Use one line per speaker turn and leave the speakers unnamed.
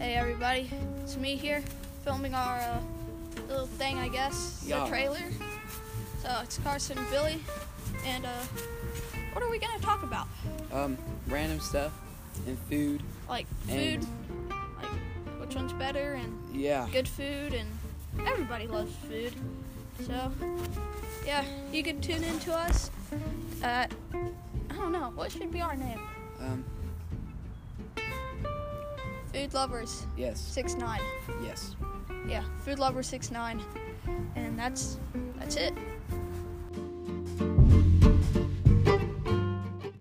everybody. It's me here, filming our uh, little thing, I guess,
Yeah.
the trailer. So it's Carson and Billy, and uh, what are we gonna talk about?
Um, random stuff and food.
Like food,
And-
like which one's better, and
Yeah.
good food, and everybody loves food. So yeah, you can tune in to us. At, I don't know what should be our name.
Um,
Food lovers
yes.
six nine.
Yes.
Yeah, food lover six nine, and that's that's it.